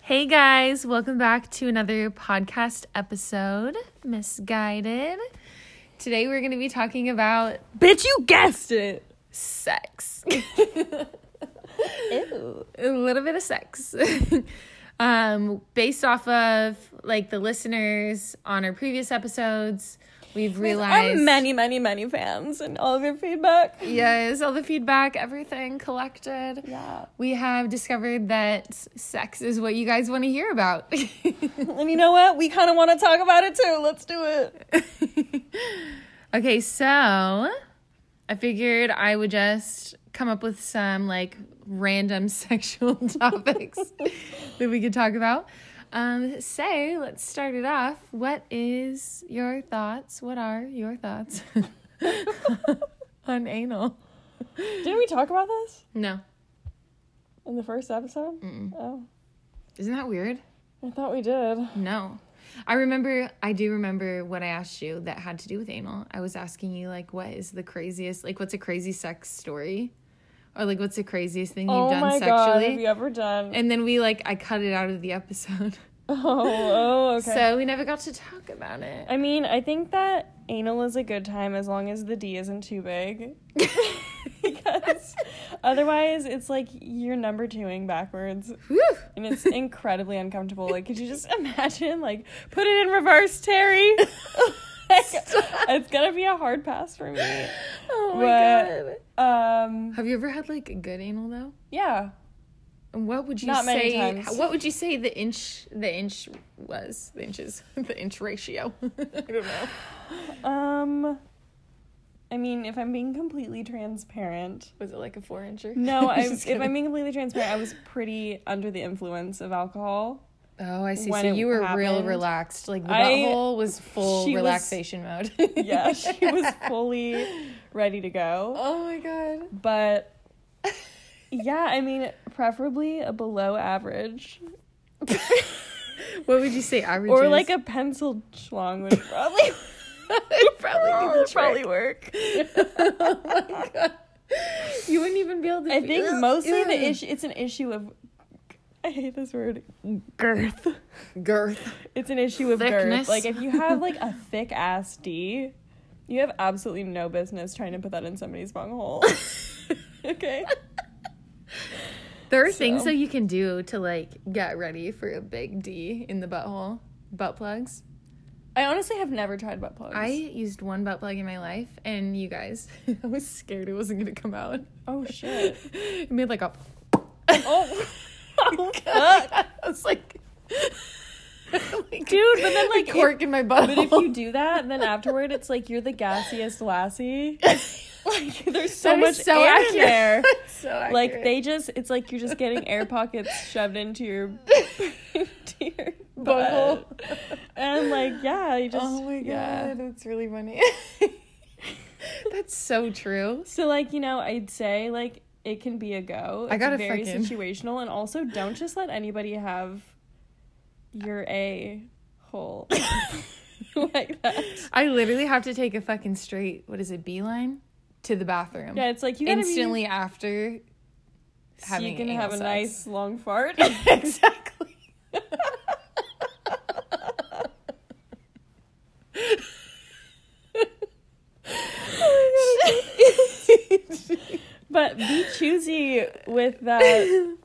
Hey guys, welcome back to another podcast episode, Misguided. Today we're going to be talking about Bitch, you guessed it. sex. Ew. a little bit of sex. um, based off of like the listeners on our previous episodes, we've Our realized many, many, many fans and all of your feedback. yes, all the feedback, everything collected. Yeah. We have discovered that s- sex is what you guys want to hear about. And you know what? We kind of want to talk about it too. Let's do it. Okay, so I figured I would just come up with some like random sexual topics that we could talk about. Um, so let's start it off. What is your thoughts? What are your thoughts on anal? Didn't we talk about this No, in the first episode? Oh, isn't that weird? I thought we did. No. I remember, I do remember what I asked you that had to do with anal. I was asking you, like, what is the craziest, like, what's a crazy sex story? Or, like, what's the craziest thing you've oh done my god, sexually? have you ever done? And then we, like, I cut it out of the episode. oh, oh, okay. So we never got to talk about it. I mean, I think that anal is a good time as long as the D isn't too big. because otherwise, it's like you're number twoing backwards. Whew. and it's incredibly uncomfortable. Like, could you just imagine, like, put it in reverse, Terry? Like, it's gonna be a hard pass for me. Oh my What? god. Um, Have you ever had, like, a good anal, though? yeah, And what would you Not many say? times. What would you say the inch, the inch was, the inches, the inch ratio? I don't know. um, I mean, if I'm being completely transparent, Was it like a four incher? no, I, Just if kidding. I'm being completely transparent, I was pretty under the influence of alcohol. Oh, I see. when so it you were real happened. relaxed. Like the I- butthole was full she was- relaxation mode. Yeah, she was fully ready to go, oh my god. but. Yeah, I mean, preferably a below average What would you say average? or like a pencil schlong would probably probably do would the probably trick. work. oh my god. You wouldn't even be able to. I think Ugh, mostly ugh. the issue it's an issue of I hate this word girth. girth. It's an issue of Thickness. girth. Like if you have like a thick ass D, you have absolutely no business trying to put that in somebody's bung hole. okay. There are things So. that you can do to like get ready for a big D in the butthole. Butt plugs. I honestly have never tried butt plugs. I used one butt plug in my life, and you guys, I was scared it wasn't gonna come out. oh shit. It made like a. Oh, oh fuck. I was like, Dude, but then, a like, if- cork in my butt. But if you do that, then afterward it's like you're the gassiest lassie. Like there's so much air in there. so accurate. Like they just, it's like you're just getting air pockets shoved into your, into your bungle. butt. and like yeah, you just. oh my god, yeah. that's really funny. that's so true. So like you know, I'd say like it can be a go. I It's gotta very fucking- situational, and also don't just let anybody have your a hole like that. I literally have to take a fucking straight. What is it? Beeline to the bathroom. Yeah, it's like you gotta Instantly after be, so having you can anal have a sex. nice long fart. exactly. But be choosy with that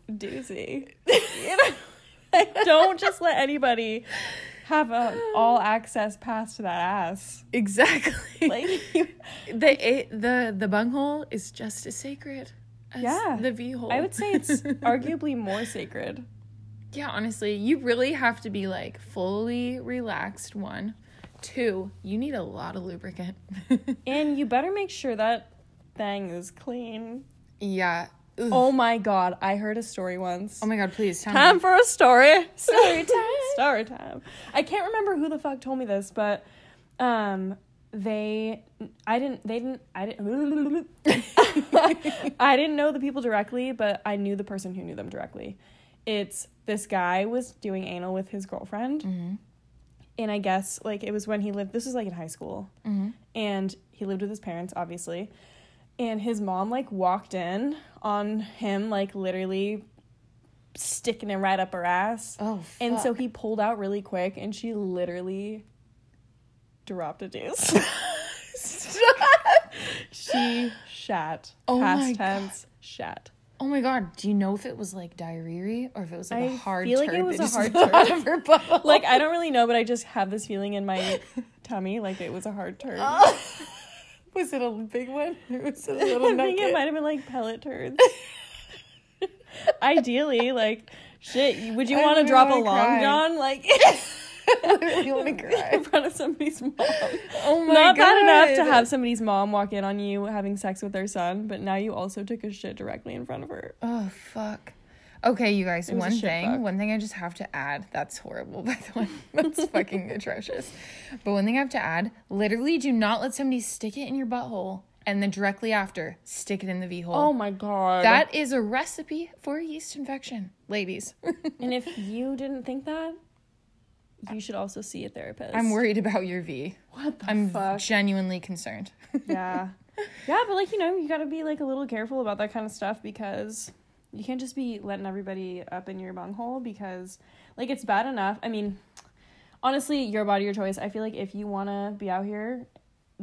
doozy. You know? Like, Don't just let anybody have an all access pass to that ass. exactly. Like you, the a- the the bunghole is just as sacred as Yeah. the V hole. I would say it's arguably more sacred. yeah, honestly, you really have to be like fully relaxed. One, two, you need a lot of lubricant. And you better make sure that thing is clean. yeah. Ugh. Oh my god, I heard a story once. Oh my god, please tell Time me. for a story. Story time. story time. I can't remember who the fuck told me this, but um they I didn't they didn't I didn't I didn't know the people directly, but I knew the person who knew them directly. It's this guy was doing anal with his girlfriend. Mm-hmm. And I guess like it was when he lived this was like in high school. Mm-hmm. And he lived with his parents obviously. And his mom like walked in on him like literally sticking it right up her ass. Oh, fuck. And so he pulled out really quick, and she literally dropped a deuce. Stop. she shat. Oh Past my God. tense, shat. Oh my god! Do you know if it was like diarrhea or if it was like a I hard feel like turd it was that a just hard fell turd. out of her butthole? Like I don't really know, but I just have this feeling in my tummy, like it was a hard turn. was it a big one or was it a I little think it nugget? might have been like pellet turns. Ideally, like shit, would you I want to really drop a wanna long cry. john like I really want to in cry. front of somebody's mom? Oh my Oh Not god! bad enough to have somebody's mom walk in on you having sex with their son, but now you also took a shit directly in front of her. Oh fuck. Okay, you guys, It was a one shit thing, fuck. one thing I just have to add. That's horrible, by the way. That's fucking atrocious. But one thing I have to add, literally do not let somebody stick it in your butthole and then directly after stick it in the V hole. Oh my god. that is a recipe for a yeast infection, ladies. and if you didn't think that, you should also see a therapist. I'm worried about your V. What the I'm Oh, fuck? genuinely concerned. yeah. Yeah, but like, you know, you gotta be like a little careful about that kind of stuff because you can't just be letting everybody up in your bunghole because like it's bad enough. I mean, honestly, your body, your choice. I feel like if you wanna be out here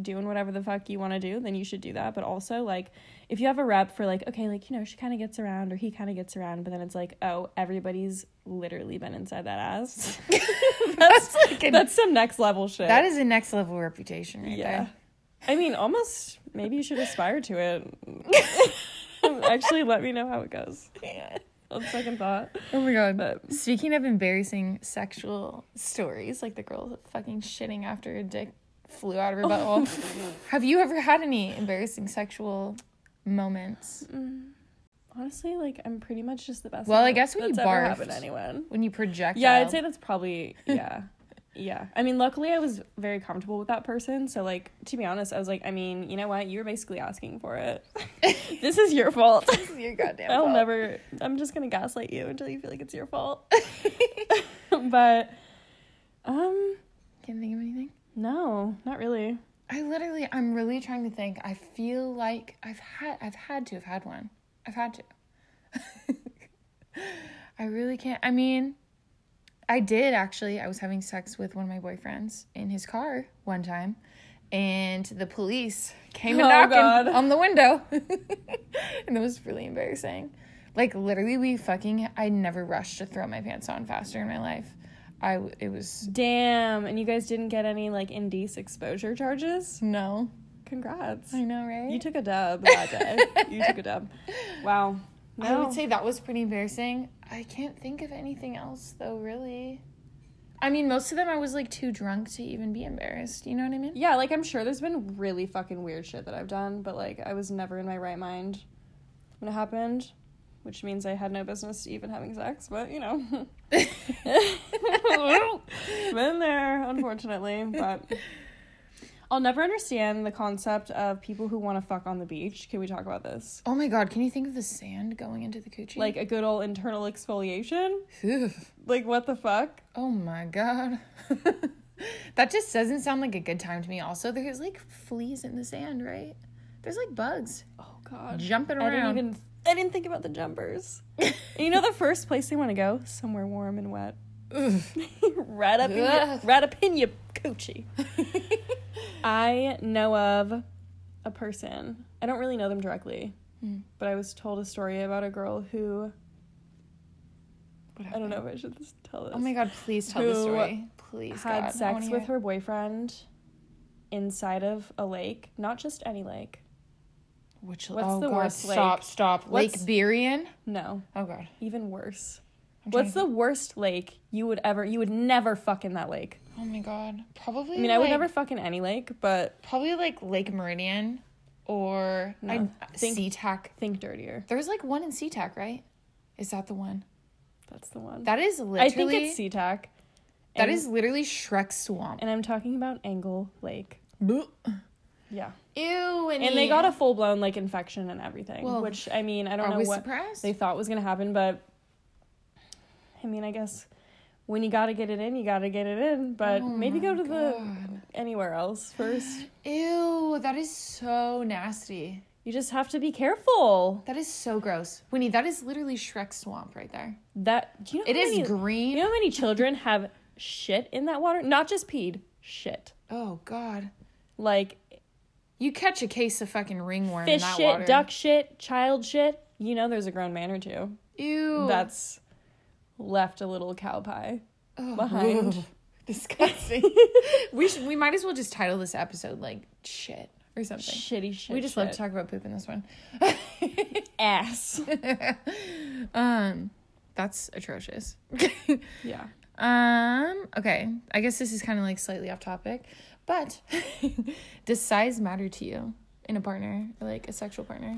doing whatever the fuck you wanna do, then you should do that. But also like if you have a rep for like, okay, like, you know, she kinda gets around or he kinda gets around, but then it's like, oh, everybody's literally been inside that ass. that's like a, That's some next level shit. that is a next level reputation right Yeah. there. I mean, almost maybe you should aspire to it. Actually, let me know how it goes. On second thought. Oh my god. But- Speaking of embarrassing sexual stories, like the girl fucking shitting after a dick flew out of her Oh. butthole. Have you ever had any embarrassing sexual moments Mm. Honestly, like I'm pretty much just the best. Well, I at it guess when you that's ever barfed. happened to anyone. when you project? Yeah, I'd say that's probably yeah. Yeah. I mean, luckily I was very comfortable with that person, so like to be honest, I was like, I mean, you know what? You were basically asking for it. this is your fault. your goddamn. I'll fault. never. I'm just gonna gaslight you until you feel like it's your fault. but, um, Can't think of anything. no, not really. I literally, I'm really trying to think. I feel like I've had, I've had to have had one. I've had to. I really can't. I mean, I did actually. I was having sex with one of my boyfriends in his car one time, and the police came and Oh, knocking God. on the window, and it was really embarrassing. Like literally, we fucking. I never rushed to throw my pants on faster in my life. I w- it was Damn, and you guys didn't get any like indecent exposure charges. no. Congrats, I know, right? you took a dub that day. you took a dub. Wow. I No. would say that was pretty embarrassing. I can't think of anything else though, really. I mean, most of them I was like too drunk to even be embarrassed. You know what I mean? yeah, like I'm sure there's been really fucking weird shit that I've done, but like I was never in my right mind when it happened, which means I had no business even having sex. But you know. been there, unfortunately, but I'll never understand the concept of people who want to fuck on the beach. Can we talk about this? oh my god, can you think of the sand going into the coochie? Like a good old internal exfoliation? Phew. Like what the fuck? oh my god. that just doesn't sound like a good time to me. Also, there's like fleas in the sand, right? There's like bugs Oh god. jumping I around. didn't even I didn't think about the jumpers. you know the first place they want to go? Somewhere warm and wet. Ugh. right up in your, Ugh. right up in your coochie. I know of a person. I don't really know them directly, Hmm. but I was told a story about a girl who What I don't happened? know if I should just tell this. Oh my god, please tell the Who story. Please, had god. I wanna sex hear with it. her boyfriend inside of a lake, not just any lake. Which What's oh the god, worst lake? stop, stop. What's- Lake Berrien? No, Oh god. even worse. I'm trying What's to the worst lake you would ever? You would never fuck in that lake. Oh my god. Probably. I mean, I would like- never fuck in any lake, but Probably like Lake Meridian, or No, I think- SeaTac. think dirtier. There was like one in SeaTac, right? Is that the one? That's the one. That is I think literally. it's SeaTac. that and- is literally Shrek Swamp. and I'm talking about Angle Lake. Ew. Yeah. And And they got a full blown like infection and everything, Well, which I mean, I don't Are know we what surprised? they thought was going to happen, but I mean, I guess when you got to get it in, you got to get it in, but Oh maybe my go to the God. anywhere else first. Ew, that is so nasty. You just have to be careful. That is so gross. Winnie, that is literally Shrek Swamp right there. That do you know It how is many, green. You know how many children have shit in that water? Not just peed, shit. Oh, God. Like You catch a case of fucking ringworm in fish that shit, water. duck shit, child shit. You know there's a grown man or two Ew. that's left a little cow pie. Oh, Ugh. behind. Disgusting. we should. We might as well just title this episode like shit or something. Shitty shit. we just love to shit. talk about poop in this one. ass. um, that's atrocious. yeah. um. Okay. I guess this is kind of like slightly off topic, but does size matter to you in a partner, or like a sexual partner?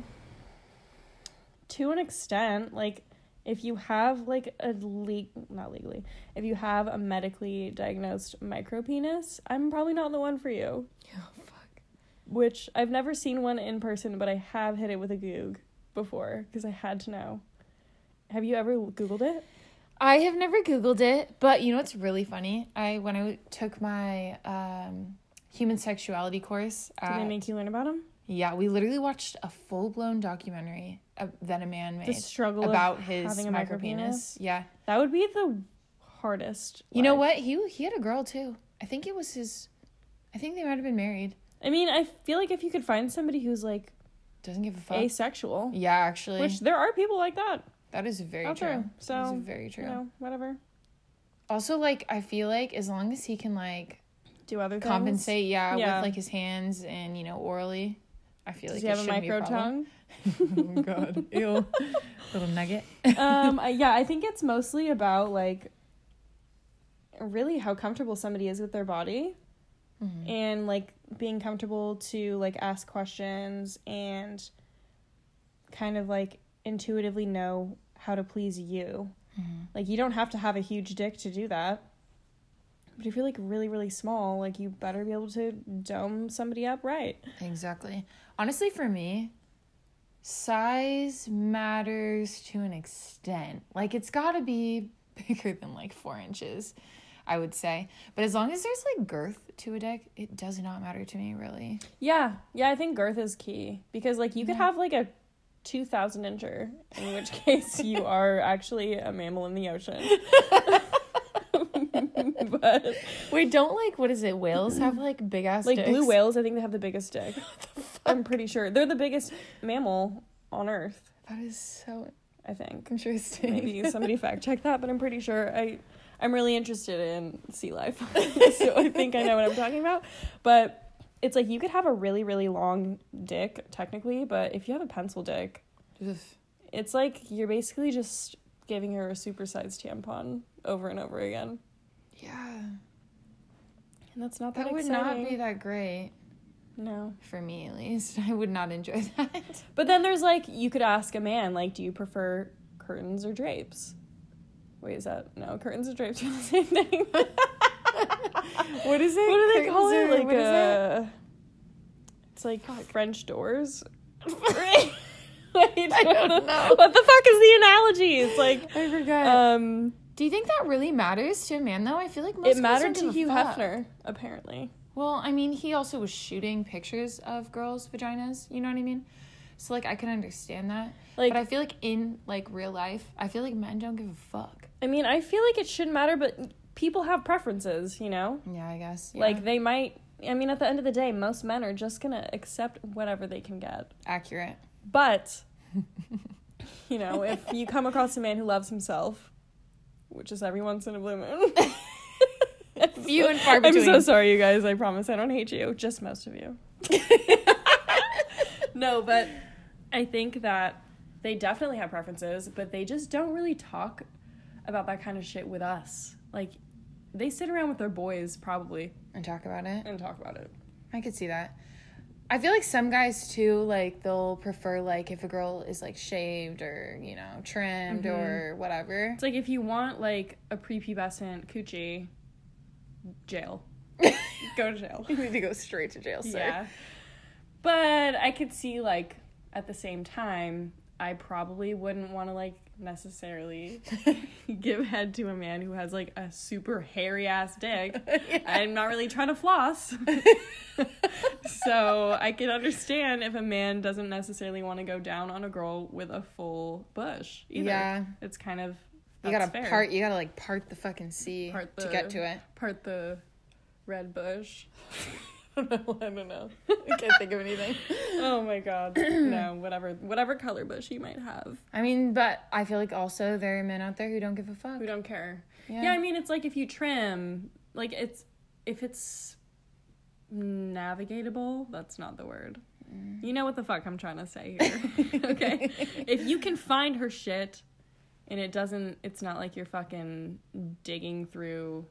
to an extent like if you have like a le- not legally if you have a medically diagnosed micropenis i'm probably not the one for you Oh fuck. which i've never seen one in person but i have hit it with a goog before because i had to know have you ever googled it I have never Googled it, but you know what's really funny? I when I took my um, human sexuality course. did at- they make you learn about them Yeah, we literally watched a full blown documentary of, that a man the made struggle about of his having a micropenis. micropenis Yeah, that would be the hardest you know life. what? He he had a girl too. I think it was his. I think they might have been married. i mean i feel like if you could find somebody who's like Doesn't give a fuck. asexual Yeah, actually, which there are people like that that is very out true. there, that so, is very true. you know whatever Also, like I feel like as long as he can like do other things. compensate, yeah, Yeah. with like his hands and you know orally, I feel like Does he have it a shouldn't be micro problem. tongue? oh god, ew, little nugget. um, I- yeah, I think it's mostly about like really how comfortable somebody is with their body Mhm. and like being comfortable to like ask questions and kind of like intuitively know how to please you. Mhm. Like you don't have to have a huge dick to do that. But if you're like really really small, like you better be able to dome somebody up right. Exactly. Honestly, for me, size matters to an extent. Like, it's gotta be bigger than like four inches, I would say. But as long as there's like girth to a dick, it does not matter to me, really. Yeah, yeah, I think girth is key because like you could Yeah. have like a two thousand incher, in which case you are actually a mammal in the ocean. but Wait, don't like, what is it? Whales have like big ass like dicks. blue whales, I think they have the biggest dick. I'm pretty sure they're the biggest mammal on Earth. That is so I think interesting. maybe somebody fact check that, but I'm pretty sure I. I'm really interested in sea life, so I think I know what I'm talking about. But it's like you could have a really, really long dick, technically, but if you have a pencil dick, Ugh. It's like you're basically just giving her a supersized tampon over and over again. Yeah. And that's not that, That would exciting. not be that great. No. For me, at least, I would not enjoy that. But then there's like you could ask a man like do you prefer curtains or drapes? Wait, is that no, curtains and drapes are the same thing. What is it? What do they Curtains call it? or- Like what is it? uh, It's like Fuck. French doors. I I don't know. What the fuck is the analogy? It's like forgot. um Do you think that really matters to a man, though? I feel like most it guys mattered don't to give a Hugh fuck. Hefner apparently. Well, I mean, he also was shooting pictures of girls' vaginas. You know what I mean? So like, I can understand that. Like but I feel like in like real life, I feel like men don't give a fuck. I mean, I feel like it shouldn't matter, but people have preferences, you know? Yeah, I guess. Like, they might, I mean, at the end of the day, most men are just gonna accept whatever they can get. accurate. But, you know, if you come across a man who loves himself, which is every once in a blue moon. Few and far I'm so between. sorry, you guys. I promise I don't hate you, just most of you. No, but I think that they definitely have preferences, but they just don't really talk about that kind of shit with us. Like, they sit around with their boys probably and talk about it. and talk about it. I could see that. I feel like some guys too, like they'll prefer like if a girl is like shaved or you know trimmed Mm-hmm. or whatever. It's like if you want like a prepubescent coochie, jail, go to jail. you need to go straight to jail, sir. Yeah, but I could see like at the same time I probably wouldn't want to like necessarily give head to a man who has like a super hairy ass dick. I'm not really trying to floss. so I can understand if a man doesn't necessarily want to go down on a girl with a full bush either. Yeah. It's kind of You gotta that's fair. part. You gotta like part the fucking sea Part to the- get to it. part the red bush. I don't know. I can't think of anything. Oh my god. no, whatever whatever color bush you might have. I mean, but I feel like also there are men out there who don't give a fuck. Who don't care. Yeah. Yeah. I mean it's like if you trim, like it's if it's navigatable, that's not the word. Mm. You know what the fuck I'm trying to say here. okay. If you can find her shit and it doesn't it's not like you're fucking digging through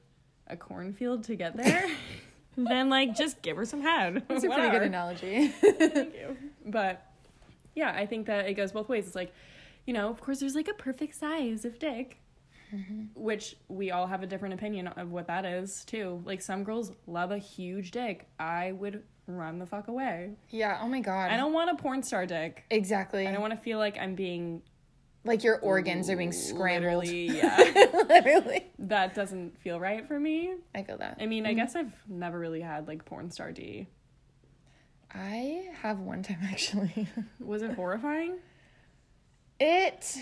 a cornfield to get there, then like just give her some head. That's a pretty good Whatever. analogy. Thank you. But yeah, I think that it goes both ways. It's like, you know, of course, there's like a perfect size of dick, Mm-hmm. which we all have a different opinion of what that is too. Like some girls love a huge dick. I would run the fuck away. yeah. Oh my god. I don't want a porn star dick. exactly. I don't want to feel like I'm being like your organs are being scrambled. literally- Yeah, Literally. that doesn't feel right for me. I feel that. I mean, I guess I've never really had like porn star D. I have one time actually. Was it horrifying? It.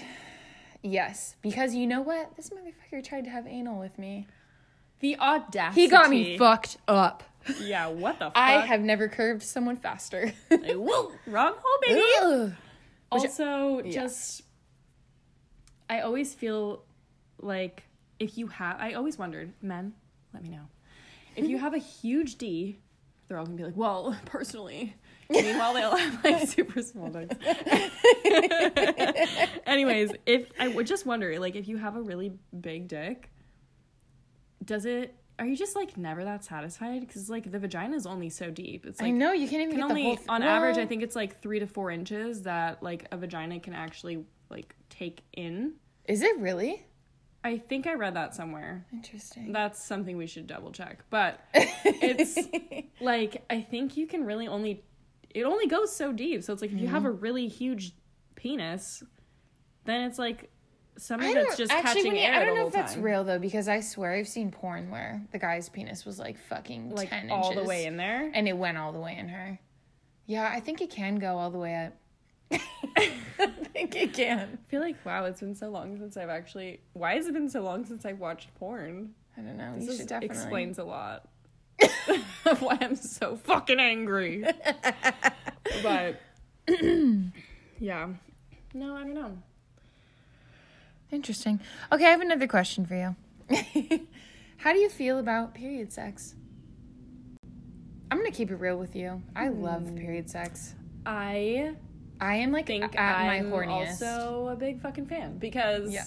Yes, because you know what? This motherfucker tried to have anal with me. The audacity. He got me fucked up. Yeah, what the fuck? I have never curved someone faster. Like, whoa, wrong hole, baby. Ugh. Also, just I always feel like if you have, I always wondered, men, let me know, if you have a huge D, they're all gonna be like, well, personally. Meanwhile, they all have like super small dicks. Anyways, if I would just wonder, like, if you have a really big dick, does it? Are you just like never that satisfied? Because like the vagina is only so deep. It's I like know you can't even can get only the whole th- on average i Well, think it's like three to four inches that like a vagina can actually like take in Is it really i think i read that somewhere interesting? that's something we should double check but it's like i think you can really only it only goes so deep so it's like if you have Mm-hmm. a really huge penis then it's like some of I it's don't just actually. catching when you- air I don't the know whole if that's time. real though, because I swear I've seen porn where the guy's penis was like fucking like ten all inches, the way in there and it went all the way in her. Yeah, I think it can go all the way up. I think it can. i feel like wow it's been so long since i've actually why has it been so long since i've watched porn I don't know. you This should definitely explains a lot of why I'm so fucking angry. but yeah, no, I don't know. Interesting. Okay, I have another question for you. How do you feel about period sex? I'm gonna keep it real with you. I Hmm. love period sex. I I am like think at I'm my horniest. also a big fucking fan because Yeah.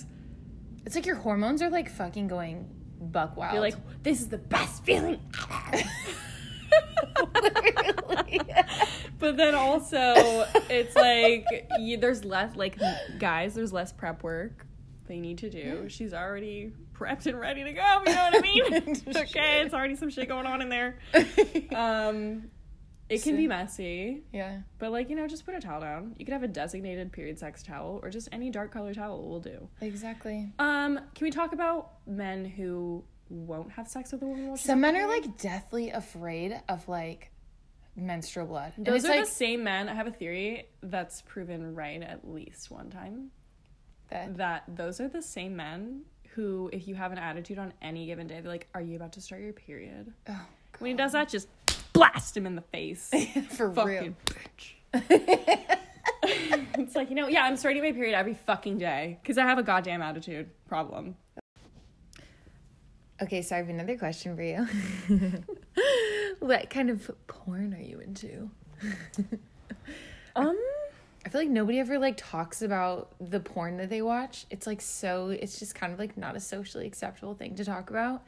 It's like your hormones are like fucking going buck wild. you're like, this is the best feeling. Literally. But then also, it's like you, there's less like guys. There's less prep work they need to do. She's already prepped and ready to go. You know what I mean? okay, it's already some shit going on in there. Um, it can be messy, yeah. but like you know, just put a towel down. You could have a designated period sex towel, or just any dark color towel will do. Exactly. Um, can we talk about men who won't have sex with a woman? while she's Some on men period? are like deathly afraid of like menstrual blood. And it's Those are like the same men. I have a theory that's proven right at least one time that. that those are the same men who, if you have an attitude on any given day, they're like, "Are you about to start your period?" Oh, When he does that, just blast him in the face. for real. Fucking bitch. it's like you know, yeah, I'm starting my period every fucking day because I have a goddamn attitude problem. Okay, so I have another question for you. what kind of porn are you into? Um, I feel like nobody ever like talks about the porn that they watch. It's like so it's just kind of like not a socially acceptable thing to talk about.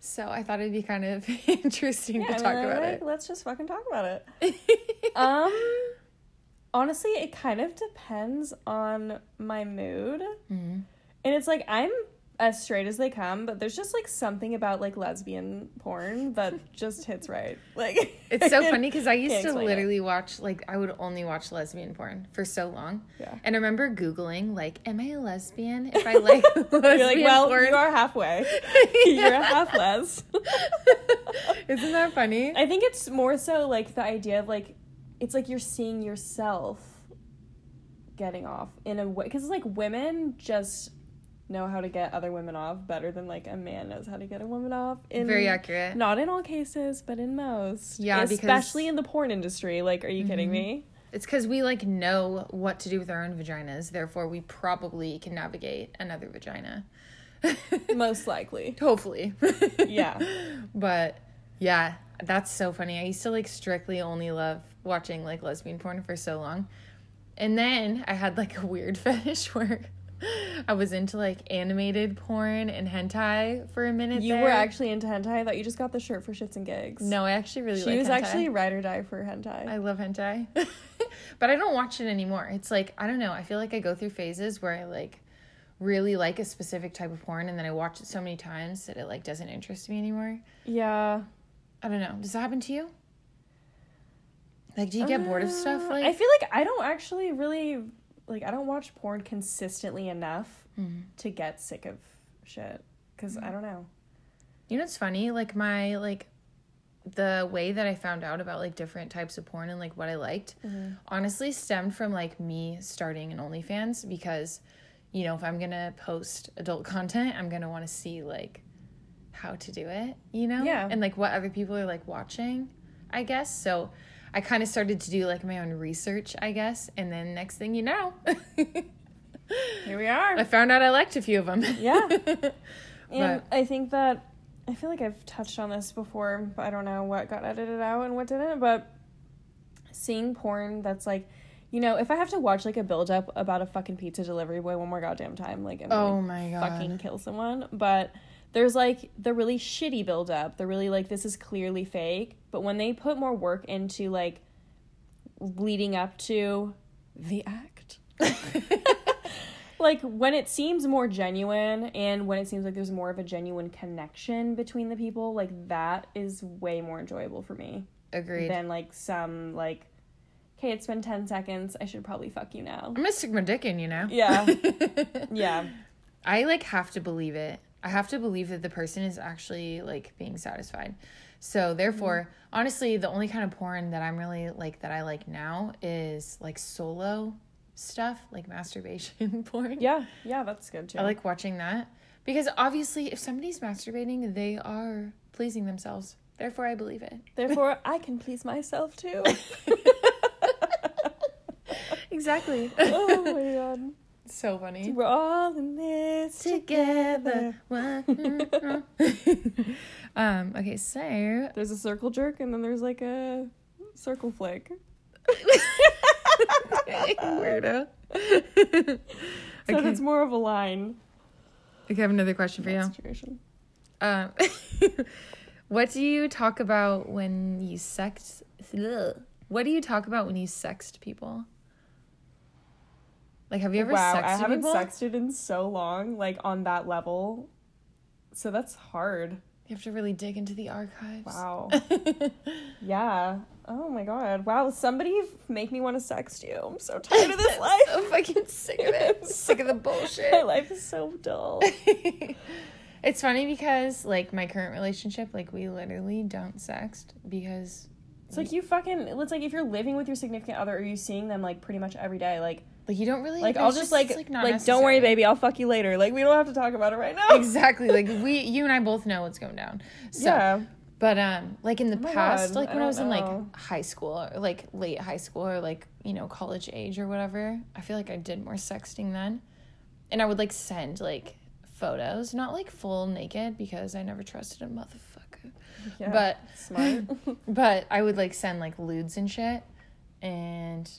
So I thought it'd be kind of interesting to talk about it. Let's just fucking talk about it. um, honestly, Mm-hmm. it kind of depends on my mood, and it's like I'm as straight as they come, but there's just like something about like lesbian porn that just hits right. Like It's so funny because I used to explain it. literally watch like I would only watch lesbian porn for so long. Yeah. And I remember googling like, "Am I a lesbian?" If I like lesbian You're like, well, porn, you are halfway. You're a half less. isn't that funny? I think it's more so like the idea of like, it's like you're seeing yourself getting off in a way because like women just know how to get other women off better than like a man knows how to get a woman off. In Very accurate. Not in all cases, but in most. Yeah, because- Mm-hmm. especially in the porn industry. Like, are you kidding me? It's because we like know what to do with our own vaginas, therefore we probably can navigate another vagina. Most likely. Hopefully. Yeah. but yeah, that's so funny. I used to like strictly only love watching like lesbian porn for so long. And then I had like a weird fetish where I was into like animated porn and hentai for a minute. You there. were actually into hentai. I thought you just got the shirt for shits and gigs. No, I actually really she like was hentai. actually ride or die for hentai. I love hentai. but I don't watch it anymore. It's like, I don't know. I feel like I go through phases where I like really like a specific type of porn and then I watch it so many times that it like doesn't interest me anymore. yeah. I don't know. Does that happen to you? Like, do you get bored of stuff? Uh, Like, I feel like I don't actually really like I don't watch porn consistently enough Mm-hmm. to get sick of shit because Mm. I don't know. you know, it's funny. Like my like the way that I found out about like different types of porn and like what I liked Mm-hmm. honestly stemmed from like me starting an OnlyFans because you know if I'm gonna post adult content, I'm gonna want to see like how to do it, you know, Yeah. and like what other people are like watching, I guess. So I kind of started to do like my own research, I guess, and then next thing you know. Here we are. I found out I liked a few of them. Yeah. and I think that I feel like I've touched on this before, but I don't know what got edited out and what didn't. But seeing porn that's like, you know, if I have to watch like a build up about a fucking pizza delivery boy one more goddamn time, like I'm gonna oh my god. fucking kill someone. But there's like the really shitty build up. The really like this is clearly fake. But when they put more work into like leading up to the act. like when it seems more genuine and when it seems like there's more of a genuine connection between the people, like that is way more enjoyable for me Agreed. than like some like okay, it's been 10 seconds. I should probably fuck you now. I'm gonna stick my dick in, you know. Yeah. yeah. I like have to believe it. I have to believe that the person is actually like being satisfied. So therefore, honestly, the only kind of porn that I'm really like that I like now is like solo stuff, like masturbation porn. Yeah. Yeah, that's good too. I like watching that because obviously, if somebody's masturbating, they are pleasing themselves. Therefore, I believe it. Therefore, I can please myself too. Exactly. oh my god. so funny. We're all in this together. together. One- um, okay, so There's a circle jerk and then there's like a circle flick. weirdo. So Okay. Uh, that's more of a line Okay, I have another question for you. situation. Um, what do you talk about when you sexed? ugh. What do you talk about when you sexed people? Like, have you ever wow, I sexted haven't people? sexted in so long, like on that level. So that's hard. you have to really dig into the archives. Wow. yeah. Oh my god. Wow. Somebody make me want to sext you. I'm so tired of this life. so fucking sick of it. sick of the bullshit. My life is so dull. it's funny because like my current relationship, like we literally don't sext because It's like you fucking. It's like if you're living with your significant other, or you seeing them like pretty much every day, like like you don't really like there's I'll just, like it's, like, not don't worry, necessary. baby, I'll fuck you later. Like we don't have to talk about it right now. Exactly. Like we you and I both know what's going down. So Yeah, Oh but um like in the my past, God, like I when I, don't was in know. like high school or like late high school or like, you know, college age or whatever, I feel like I did more sexting then. And I would like send like photos, not like full naked because I never trusted a motherfucker. yeah. But smart. but I would like send like lewds and shit. And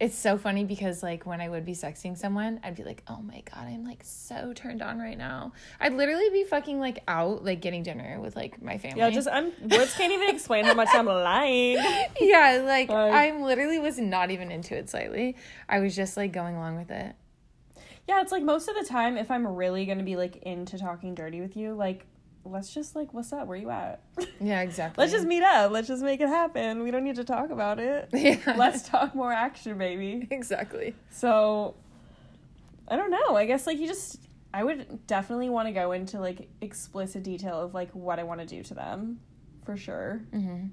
it's so funny because like when I would be sexting someone, I'd be like, oh my God, I'm like so turned on right now. I'd literally be fucking like out, like getting dinner with like my family. yeah, just I'm words can't even explain how much I'm lying. yeah, like Like- I'm literally was not even into it slightly. I was just like going along with it. Yeah, it's like most of the time, if I'm really gonna be like into talking dirty with you, like let's just like what's up? Where you at? Yeah, exactly. let's just meet up. Let's just make it happen. We don't need to talk about it. Yeah. let's talk more action, baby. exactly. So I don't know. I guess like you just I would definitely want to go into like explicit detail of like what I want to do to them, for sure. hmm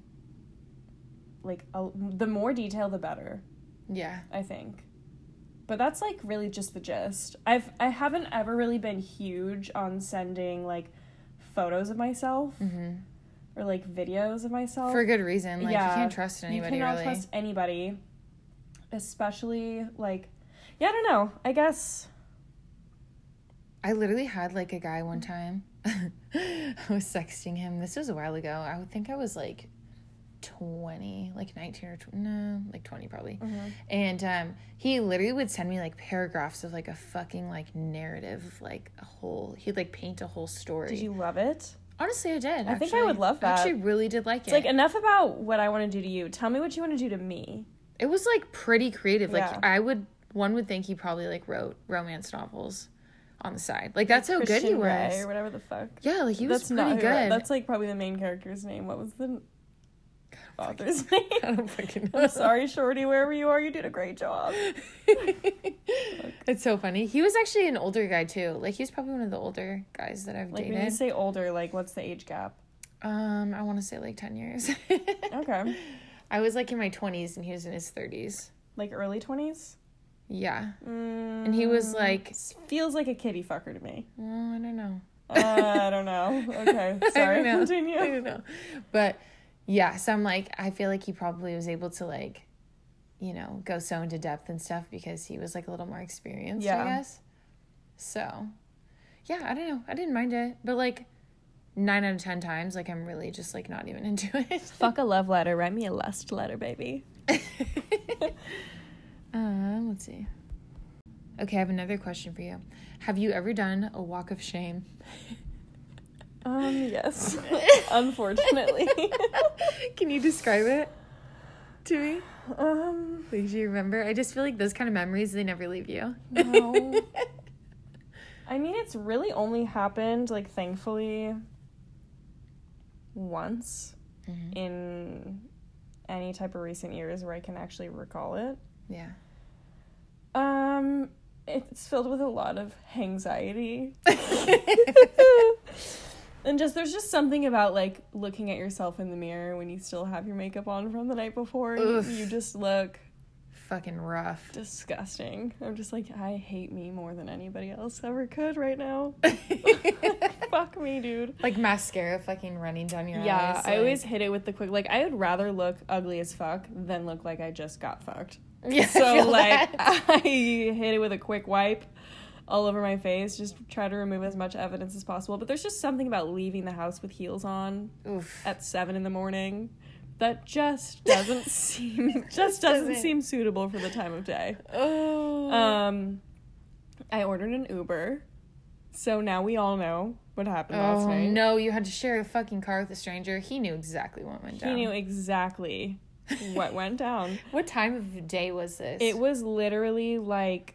Like a, the more detail, the better. Yeah. I think. But that's like really just the gist. I've I haven't ever really been huge on sending like photos of myself hmm or like videos of myself. For good reason. Like Yeah. you can't trust anybody you cannot really. trust anybody, especially like yeah. I don't know. I guess I literally had like a guy one time. I was sexting him. This was a while ago. I would think I was like 20, like 19 or tw- no, like 20 probably. Mm-hmm. And um, he literally would send me like paragraphs of like a fucking like narrative, of, like a whole. He'd like paint a whole story. did you love it? Honestly, I did. I think I would love that. I actually really did like it. It's like enough about what I want to do to you. Tell me what you want to do to me. it was like pretty creative. Like Yeah. I would, one would think he probably like wrote romance novels on the side. Like that's how good he Christian was. Grey or whatever the fuck. Yeah, like he was that's pretty not who good. I- that's like probably the main character's name. What was the author's I name? don't fucking know. I'm sorry, Shorty. Wherever you are, you did a great job. it's so funny. He was actually an older guy too. Like he was probably one of the older guys that I've Like when you dated. say older, like what's the age gap? um, I want to say like ten years. Okay, I was like in my twenties and he was in his thirties. like early twenties. Yeah, Mm, and he was like, feels like a kitty fucker to me. oh, I don't know. Uh, I don't know. Okay, sorry. I don't know. Continue. I don't know. But yeah, so I'm like, I feel like he probably was able to like, you know, go so into depth and stuff because he was like a little more experienced, Yeah. I guess. So yeah, I don't know. I didn't mind it. But like nine out of ten times, like I'm really just like not even into it. Fuck a love letter. Write me a lust letter, baby. um, let's see. Okay, I have another question for you. Have you ever done a walk of shame? Um. Yes. Unfortunately. Can you describe it to me? um. Like, do you remember? I just feel like those kind of memories, they never leave you. No. I mean, it's really only happened, like, thankfully, once Mhm. in any type of recent years where I can actually recall it. Yeah. Um, it's filled with a lot of anxiety. and just, there's just something about, like, looking at yourself in the mirror when you still have your makeup on from the night before. You, Oof. you just look Fucking rough. disgusting. I'm just like, I hate me more than anybody else ever could right now. Fuck me, dude. like mascara fucking running down your Yeah, eyes. I always hit it with the quick. Like, I would rather look ugly as fuck than look like I just got fucked. Yeah, I So, feel like, that. I hit it with a quick wipe all over my face. Just try to remove as much evidence as possible. But there's just something about leaving the house with heels on Oof. at seven in the morning that just doesn't seem just doesn't Doesn't. seem suitable for the time of day. Oh. Um, I ordered an Uber, so now we all know what happened last oh, night. no, you had to share a fucking car with a stranger. He knew exactly what went He down. knew exactly what went down. What time of day was this? It was literally like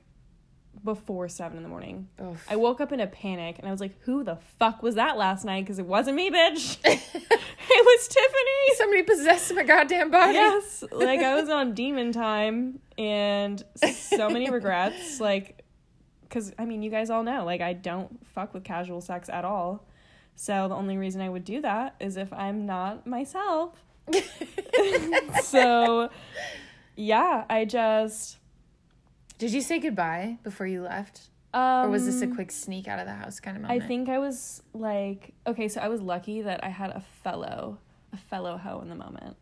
before seven in the morning. Oof. I woke up in a panic and I was like, "Who the fuck was that last night?" Because it wasn't me, bitch. it was Tiffany. Somebody possessed my goddamn body. Yes, like I was on demon time and so many regrets. Like, because I mean, you guys all know, like, I don't fuck with casual sex at all. So the only reason I would do that is if I'm not myself. so, yeah, I just. Did you say goodbye before you left? Um, Or was this a quick sneak out of the house kind of I moment? think I was like, okay, so I was lucky that I had a fellow, a fellow hoe in the moment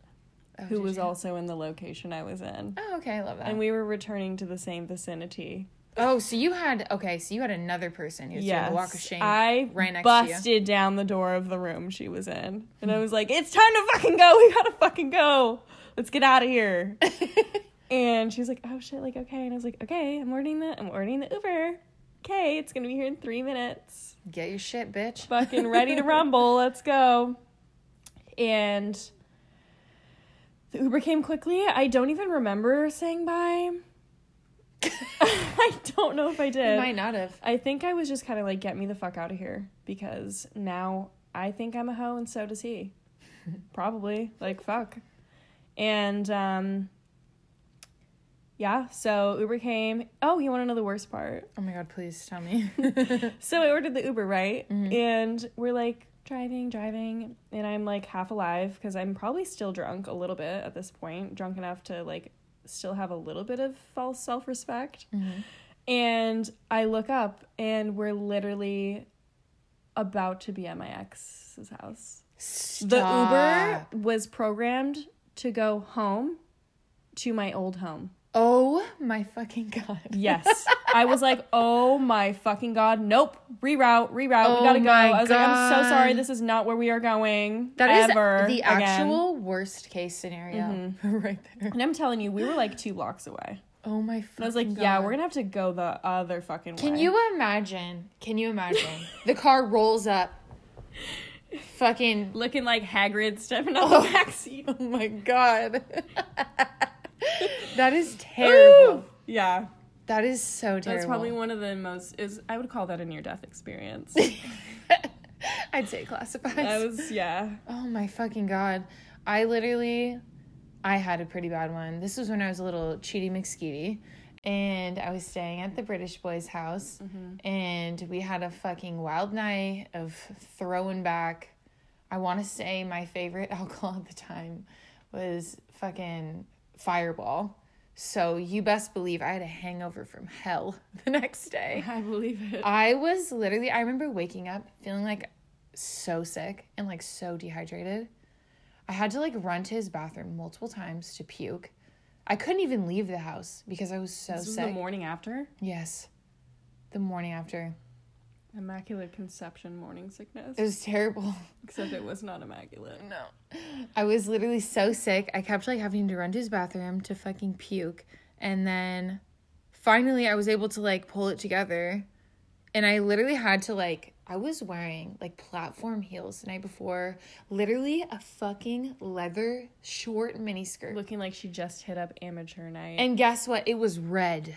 Oh, who did was you? also in the location I was in. Oh, okay, I love that. And we were returning to the same vicinity. oh, so you had okay, so you had another person who was doing the walk of Yes, shame I right next to you. busted down the door of the room she was in, and I was like, "It's time to fucking go. We gotta fucking go. Let's get out of here." and she was like, "Oh shit, like okay." And I was like, "Okay, I'm ordering the I'm ordering the Uber. Okay, it's gonna be here in three minutes. Get your shit, bitch. Fucking ready to rumble. Let's go." And the Uber came quickly. I don't even remember saying bye. I don't know if I You did. might not have. I think I was just kind of like, get me the fuck out of here because now I think I'm a hoe and so does he. Probably. Like, fuck. And, um, yeah, so Uber came. Oh, you want to know the worst part? Oh my god, please tell me. So I ordered the Uber, right? And we're like driving, driving, and I'm like half alive because I'm probably still drunk a little bit at this point, drunk enough to like still have a little bit of false self respect. And I look up and we're literally about to be at my ex's house. The Stop. Uber was programmed to go home to my old home. Oh my fucking god. Yes. I was like, oh my fucking god, nope, reroute, reroute, Oh we gotta go. my I was like, I'm so sorry, God. this is not where we are going. That is ever the again." Mm-hmm. actual worst case scenario right there. And I'm telling you, we were like two blocks away. And Oh my fucking I was like, god. yeah, we're gonna have to go the other fucking way. Can you imagine? Can you imagine? the car rolls up. Fucking looking like Hagrid stepping out the backseat? Oh my god. that is terrible. Yeah. That is so terrible. That's probably one of the most is I would call that a near death experience. I'd say classified. I was yeah. Oh my fucking god. I literally I had a pretty bad one. This was when I was a little cheaty McSkeety and I was staying at the British boy's house and we had a fucking wild night of throwing back. I want to say my favorite alcohol at the time was fucking Fireball. So you best believe I had a hangover from hell the next day. I believe it. I was literally, I remember waking up feeling like so sick and like so dehydrated. I had to like run to his bathroom multiple times to puke. I couldn't even leave the house because I was so This was the sick. morning after. yes. The morning after. Immaculate conception morning sickness. It was terrible. Except it was not immaculate. No. I was literally so sick. I kept like having to run to his bathroom to fucking puke. And then finally I was able to like pull it together. And I literally had to like I was wearing like platform heels the night before, literally a fucking leather short mini skirt. Looking like she just hit up amateur night. And guess what? It was red.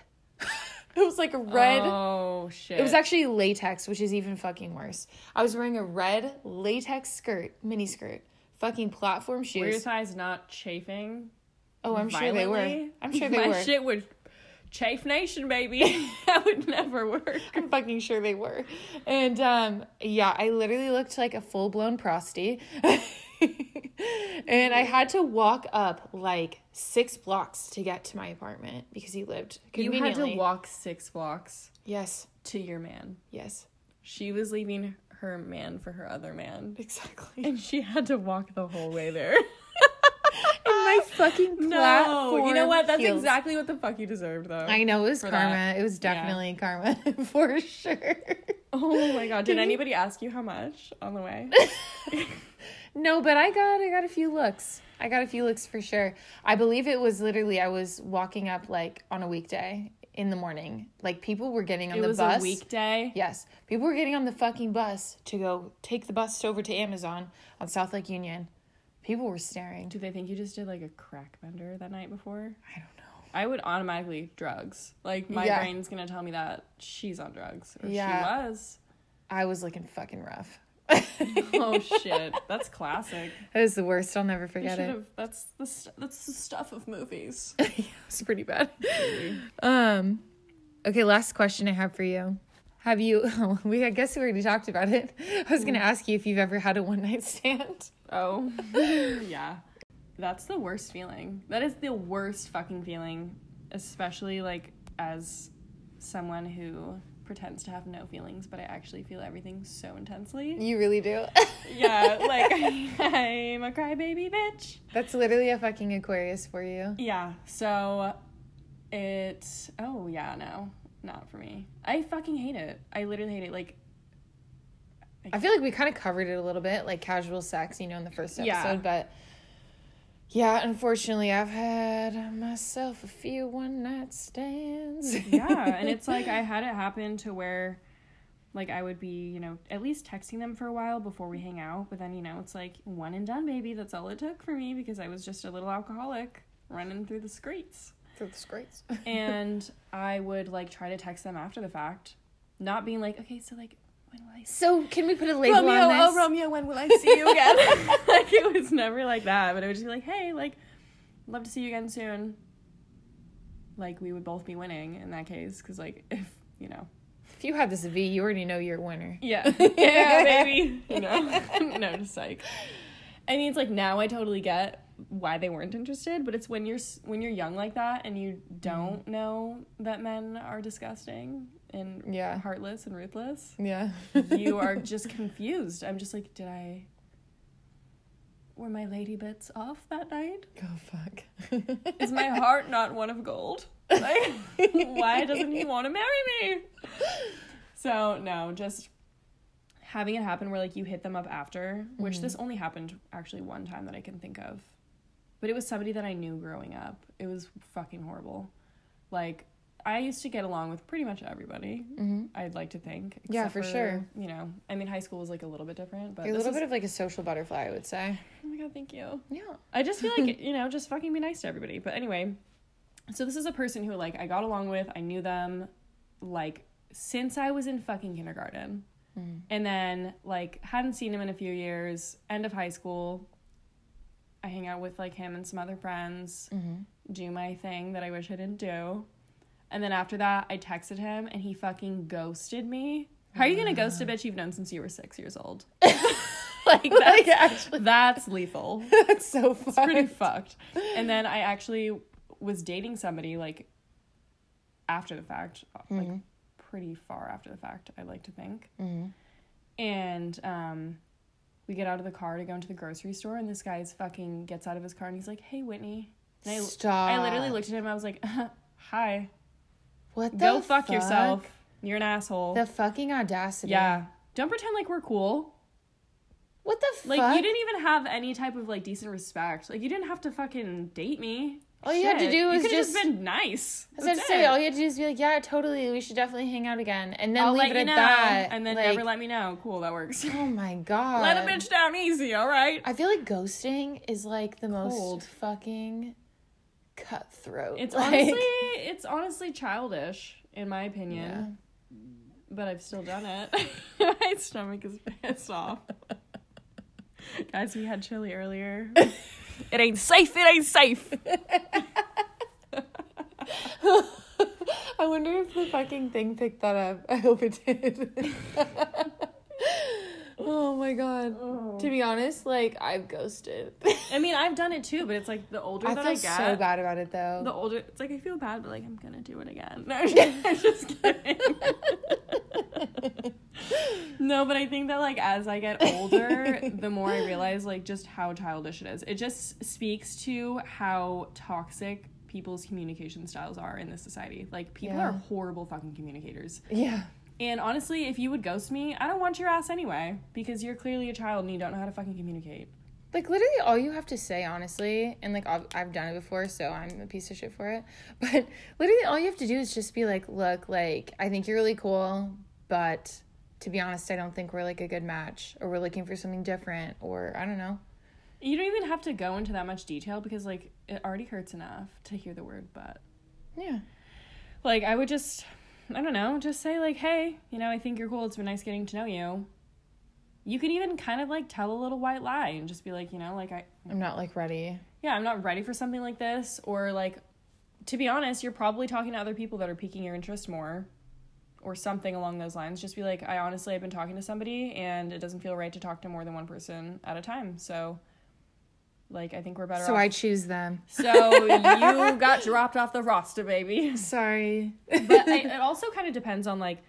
it was like a red Oh shit. it was actually latex, which is even fucking worse. I was wearing a red latex skirt, mini skirt, fucking platform shoes. Were your thighs not chafing? Oh, I'm sure they were. violently? I'm sure they My were. shit would chafe nation, baby. that would never work. I'm fucking sure they were. And um, yeah, I literally looked like a full blown prosty. and I had to walk up like six blocks to get to my apartment because he lived You conveniently. had to walk six blocks Yes, to your man. yes, She was leaving her man for her other man. exactly. And she had to walk the whole way there. my fucking no. You know what? That's heels. exactly what the fuck you deserved though. I know it was for karma. that. It was Yeah. definitely karma for sure. Oh my god. Did anybody ask you how much on the way? No, but I got I got a few looks. I got a few looks for sure. I believe it was literally I was walking up like on a weekday in the morning. Like people were getting on it the was bus. a weekday. Yes. People were getting on the fucking bus to go take the bus over to Amazon on South Lake Union. People were staring. Do they think you just did like a crack bender that night before? I don't know. I would automatically drugs. Like my Yeah. brain's gonna tell me that she's on drugs or Yeah. she was. I was looking fucking rough. Oh shit, that's classic. That is the worst. I'll never You forget it. should've- That's the st- that's the stuff of movies. yeah, it's pretty bad. Um, okay, last question I have for you. Have you? We I guess we already talked about it. I was gonna ask you if you've ever had a one night stand. Oh, yeah. That's the worst feeling. That is the worst fucking feeling, especially like as someone who pretends to have no feelings, but I actually feel everything so intensely. You really do. Yeah, like I'm a crybaby bitch. That's literally a fucking Aquarius for you. Yeah, so it. Oh, yeah, no. Not for me. I fucking hate it. I literally hate it. Like, I feel like we kind of covered it a little bit, like casual sex, you know, in the first episode, Yeah. but yeah, unfortunately, I've had myself a few one night stands. yeah. and it's like I had it happen to where, like, I would be, you know, at least texting them for a while before we hang out. But then, you know, it's like one and done, baby. That's all it took for me because I was just a little alcoholic running through the streets. Through the scrapes. and I would like try to text them after the fact, not being like, okay, so like, when will I see So can we put a label Romeo? on this? Oh, Romeo, when will I see you again? like it was never like that, but it would just be like, hey, like, love to see you again soon. Like we would both be winning in that case, because like if you know, If you have this V, you already know you're a winner. yeah, yeah, baby, you know, no, just like, I mean, it's like now I totally get why they weren't interested, but it's when you're s- when you're young like that and you don't know that men are disgusting and Yeah. heartless and ruthless. Yeah. you are just confused. I'm just like, did I? Were my lady bits off that night? Oh fuck. Is my heart not one of gold? Like, why doesn't he want to marry me? So no, just having it happen where like you hit them up after, which this only happened actually one time that I can think of, but it was somebody that I knew growing up. It was fucking horrible. Like I used to get along with pretty much everybody. Mhm. I'd like to think. Yeah, except for sure. You know, I mean, high school was like a little bit different, but You're a this little is- bit of like a social butterfly, I would say. Oh my god, thank you. Yeah. I just feel like you know, just fucking be nice to everybody. But anyway, so this is a person who like I got along with. I knew them like since I was in fucking kindergarten, Mm-hmm. and then like hadn't seen him in a few years. End of high school, I hang out with like him and some other friends, Mm-hmm. do my thing that I wish I didn't do, and then after that, I texted him and he fucking ghosted me. How are you gonna Mm. ghost a bitch you've known since you were six years old? like Like, that's, actually, that's lethal that's so it's fun. pretty fucked. And then I actually was dating somebody like after the fact, like Mm-hmm. pretty far after the fact, I like to think. And um, we get out of the car to go into the grocery store, and this guy's fucking gets out of his car and he's like, "Hey, Whitney." And I, Stop. I literally looked at him. I was like, "Hi, What the go fuck, fuck? yourself. You're an asshole." The fucking audacity. yeah. Don't pretend like we're cool. What the Like fuck? you didn't even have any type of like decent respect. Like you didn't have to fucking date me. All you had to Shit. do was could've just- been nice. I was gonna That's say, it. all you had to do is be like, yeah, totally, we should definitely hang out again. And then I'll leave let it you at know, that. and then like, never let me know. Cool, that works. Oh my god. let a bitch down easy, all right. I feel like ghosting is like the most Cold. fucking cutthroat. It's Like, honestly, it's honestly childish in my opinion. Yeah. But I've still done it. my stomach is pissed off. Guys, we had chili earlier. it ain't safe. It ain't safe. I wonder if the fucking thing picked that up. I hope it did. oh my god. To be honest, like I've ghosted. I mean, I've done it too, but it's like the older I that feel I get, so bad about it though. the older it's like I feel bad, but like I'm gonna do it again. No, I'm just- I'm just kidding. no, but I think that like as I get older, the more I realize like just how childish it is. It just speaks to how toxic people's communication styles are in this society. Like people Yeah. are horrible fucking communicators. yeah. And honestly, if you would ghost me, I don't want your ass anyway because you're clearly a child and you don't know how to fucking communicate. Like literally, all you have to say, honestly, and like I've, I've done it before, so I'm a piece of shit for it. But literally, all you have to do is just be like, "Look, like I think you're really cool, but to be honest, I don't think we're like a good match, or we're looking for something different, or I don't know." You don't even have to go into that much detail because like it already hurts enough to hear the word but. Yeah, like I would just I don't know, just say like, "Hey, you know, I think you're cool. It's been nice getting to know you." You could even kind of like tell a little white lie and just be like, you know, like I I'm not like ready. yeah, I'm not ready for something like this or like to be honest, you're probably talking to other people that are piquing your interest more or something along those lines. Just be like, "I honestly I've been talking to somebody and it doesn't feel right to talk to more than one person at a time." So like I think we're better So off. I choose them. so you got dropped off the roster, baby Sorry. but I, it also kind of depends on like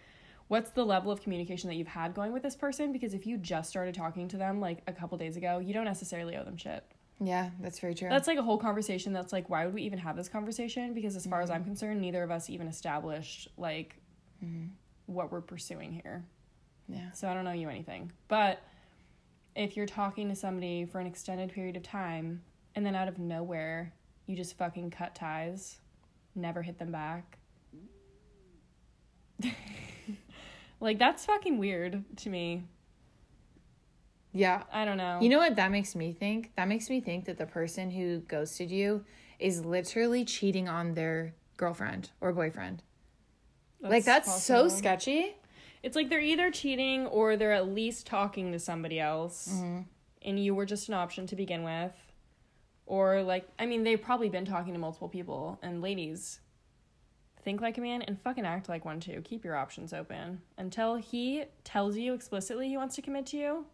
what's the level of communication that you've had going with this person because if you just started talking to them like a couple days ago you don't necessarily owe them shit Yeah, that's very true. that's like a whole conversation that's like why would we even have this conversation because as far as i'm concerned neither of us even established like Mm-hmm. what we're pursuing here yeah. so i don't owe you anything but if you're talking to somebody for an extended period of time and then out of nowhere you just fucking cut ties never hit them back like that's fucking weird to me Yeah. i don't know You know what that makes me think? That makes me think that the person who ghosted you is literally cheating on their girlfriend or boyfriend. like that's so possible. sketchy. It's like they're either cheating or they're at least talking to somebody else, Mm-hmm. and you were just an option to begin with. Or like, I mean, they've probably been talking to multiple people. And ladies, think like a man and fucking act like one too. Keep your options open until he tells you explicitly he wants to commit to you.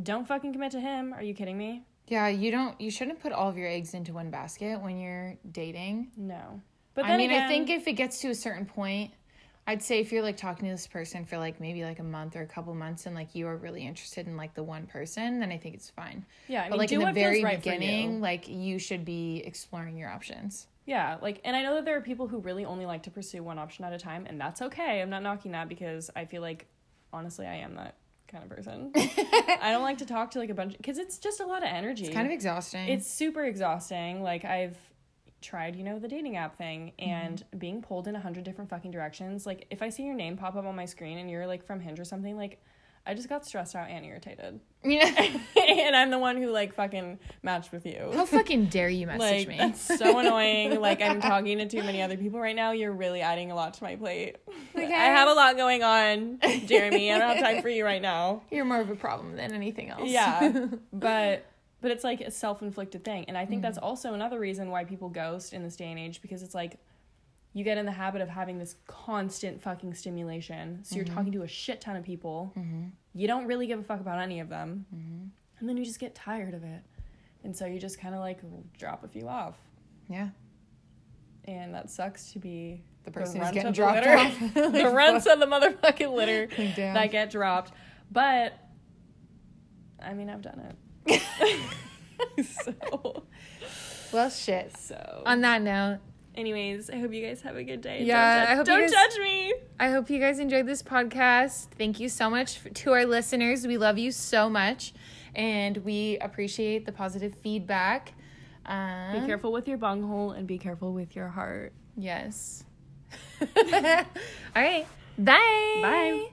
Don't fucking commit to him. Are you kidding me? Yeah, you don't you shouldn't put all of your eggs into one basket when you're dating. No. But I mean, I think if it gets to a certain point, I'd say if you're like talking to this person for like maybe like a month or a couple months and like you are really interested in like the one person, then I think it's fine. yeah, I mean, but like do in the what feels very right for you. beginning, like you should be exploring your options. Yeah, like, and I know that there are people who really only like to pursue one option at a time, and that's okay. I'm not knocking that because I feel like, honestly, I am that kind of person. I don't like to talk to like a bunch because it's just a lot of energy. It's kind of exhausting. It's super exhausting. Like I've tried, you know, the dating app thing Mm-hmm. and being pulled in a hundred different fucking directions. Like if I see your name pop up on my screen and you're like from Hinge or something, like I just got stressed out and irritated. you know and I'm the one who like fucking matched with you how fucking dare you message like me? that's so annoying like i'm talking to too many other people right now you're really adding a lot to my plate Okay. i have a lot going on jeremy i don't have time for you right now You're more of a problem than anything else. yeah but but it's like a self-inflicted thing and i think Mm. that's also another reason why people ghost in this day and age because it's like you get in the habit of having this constant fucking stimulation so you're Mm-hmm. talking to a shit ton of people you don't really give a fuck about any of them mm-hmm. and then you just get tired of it and so you just kind of like drop a few off yeah. and that sucks to be The person who's runt getting of the dropped litter. off. the runs of the motherfucking litter Like, damn. that get dropped. But I mean, I've done it. so, well, shit. so. On that note, Anyways, I hope you guys have a good day. Yeah, I don't judge, hope you don't guys- judge me. I hope you guys enjoyed this podcast. Thank you so much f- to our listeners. We love you so much, and we appreciate the positive feedback. Um, Be careful with your bunghole and be careful with your heart. Yes. All right. Bye. Bye.